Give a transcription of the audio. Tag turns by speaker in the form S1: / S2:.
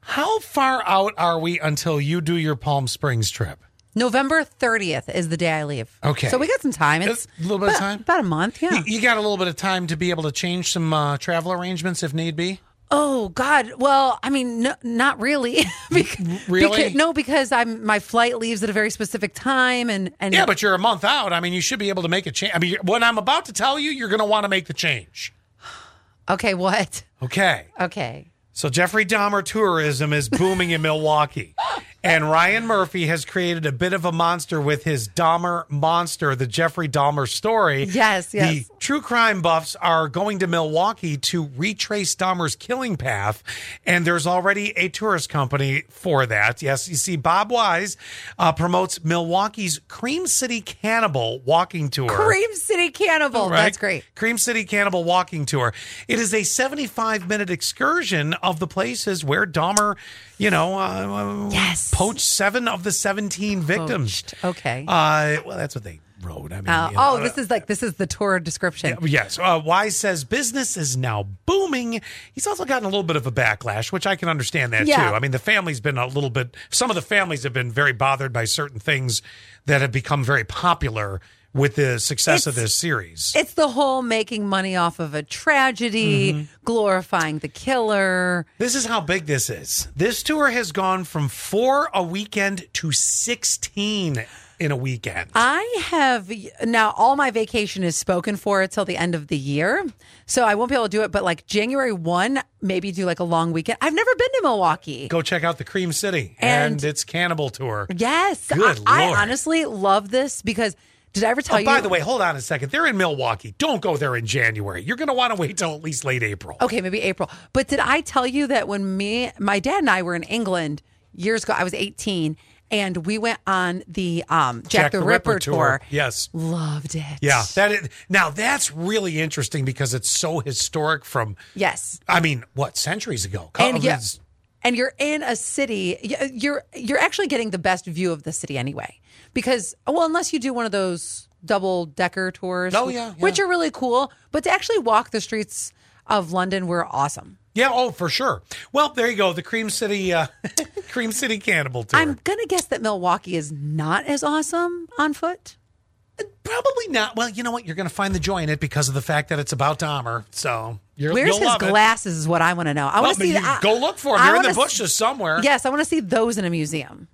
S1: How far out are we until you do your Palm Springs trip?
S2: November 30th is the day I leave.
S1: Okay.
S2: So we got some time. It's
S1: That's a little bit of
S2: about-
S1: time.
S2: About a month, yeah.
S1: You, you got a little bit of time to be able to change some uh, travel arrangements if need be.
S2: Oh God! Well, I mean, no, not really. because,
S1: Really?
S2: Because, no, because I'm my flight leaves at a very specific time, and and
S1: Yeah, but you're a month out. I mean, you should be able to make a change. I mean, you're- what I'm about to tell you, you're going to want to make the change.
S2: okay, what?
S1: Okay.
S2: Okay,
S1: So Jeffrey Dahmer tourism is booming in Milwaukee. And Ryan Murphy has created a bit of a monster with his Dahmer monster, the Jeffrey Dahmer story.
S2: Yes, yes.
S1: The true crime buffs are going to Milwaukee to retrace Dahmer's killing path. And there's already a tourist company for that. Yes, you see, Bob Wise uh, promotes Milwaukee's Cream City Cannibal walking tour.
S2: Cream City Cannibal.
S1: Uh, Right?
S2: That's great.
S1: Cream City Cannibal Walking Tour. It is a 75 minute excursion of the places where Dahmer, you know, uh,
S2: Yes.
S1: poached seven of the 17 victims.
S2: Poached. Okay.
S1: Um, Uh, well, that's what they wrote. I mean,
S2: Uh,
S1: you know,
S2: oh, this is like this is the tour description.
S1: Yes. Uh, Wise says business is now booming. He's also gotten a little bit of a backlash, which I can understand that
S2: Yeah.
S1: too. I mean, the family's been a little bit, some of the families have been very bothered by certain things that have become very popular with the success of
S2: It's-
S1: this series.
S2: It's the whole making money off of a tragedy,
S1: Mm-hmm.
S2: glorifying the killer.
S1: This is how big this is. This tour has gone from four a weekend to 16 in a weekend.
S2: I have now all my vacation is spoken for till the end of the year. So I won't be able to do it, but like January 1, maybe do like a long weekend. I've never been to Milwaukee.
S1: Go check out the Cream City and,
S2: And-
S1: its Cannibal Tour.
S2: Yes.
S1: Good
S2: I,
S1: Lord.
S2: I honestly love this because did I ever tell
S1: Oh,
S2: you?
S1: by the way, hold on a second. They're in Milwaukee. Don't go there in January. You're going to want to wait till at least late April.
S2: Okay, maybe April. But did I tell you that when me, my dad and I were in England years ago, I was 18 and we went on the um, Jack, the, Ripper, tour.
S1: Yes.
S2: Loved it.
S1: Yeah. That is, now, that's really interesting because it's so historic from,
S2: Yes.
S1: I mean, what, centuries ago?
S2: and yeah,
S1: It's-
S2: and you're in a city. y- uh, You're you're actually getting the best view of the city anyway, because well, unless you do one of those double decker tours,
S1: Oh, yeah,
S2: which
S1: yeah.
S2: are really cool. But to actually walk the streets of London were awesome.
S1: Yeah, oh, for sure. Well, there you go. The Cream City, uh, Cream City Cannibal Tour.
S2: I'm gonna guess that Milwaukee is not as awesome on foot.
S1: Probably not. Well, you know what? You're going to find the joy in it because of the fact that it's about Dahmer. So you're,
S2: Where's
S1: you'll
S2: his
S1: love it.
S2: glasses? Is what I want to know. I
S1: Well,
S2: want to
S1: but
S2: see.
S1: you
S2: I-
S1: go look for him.
S2: I
S1: You're in the
S2: wanna s-
S1: bushes somewhere.
S2: Yes, I want to see those in a museum.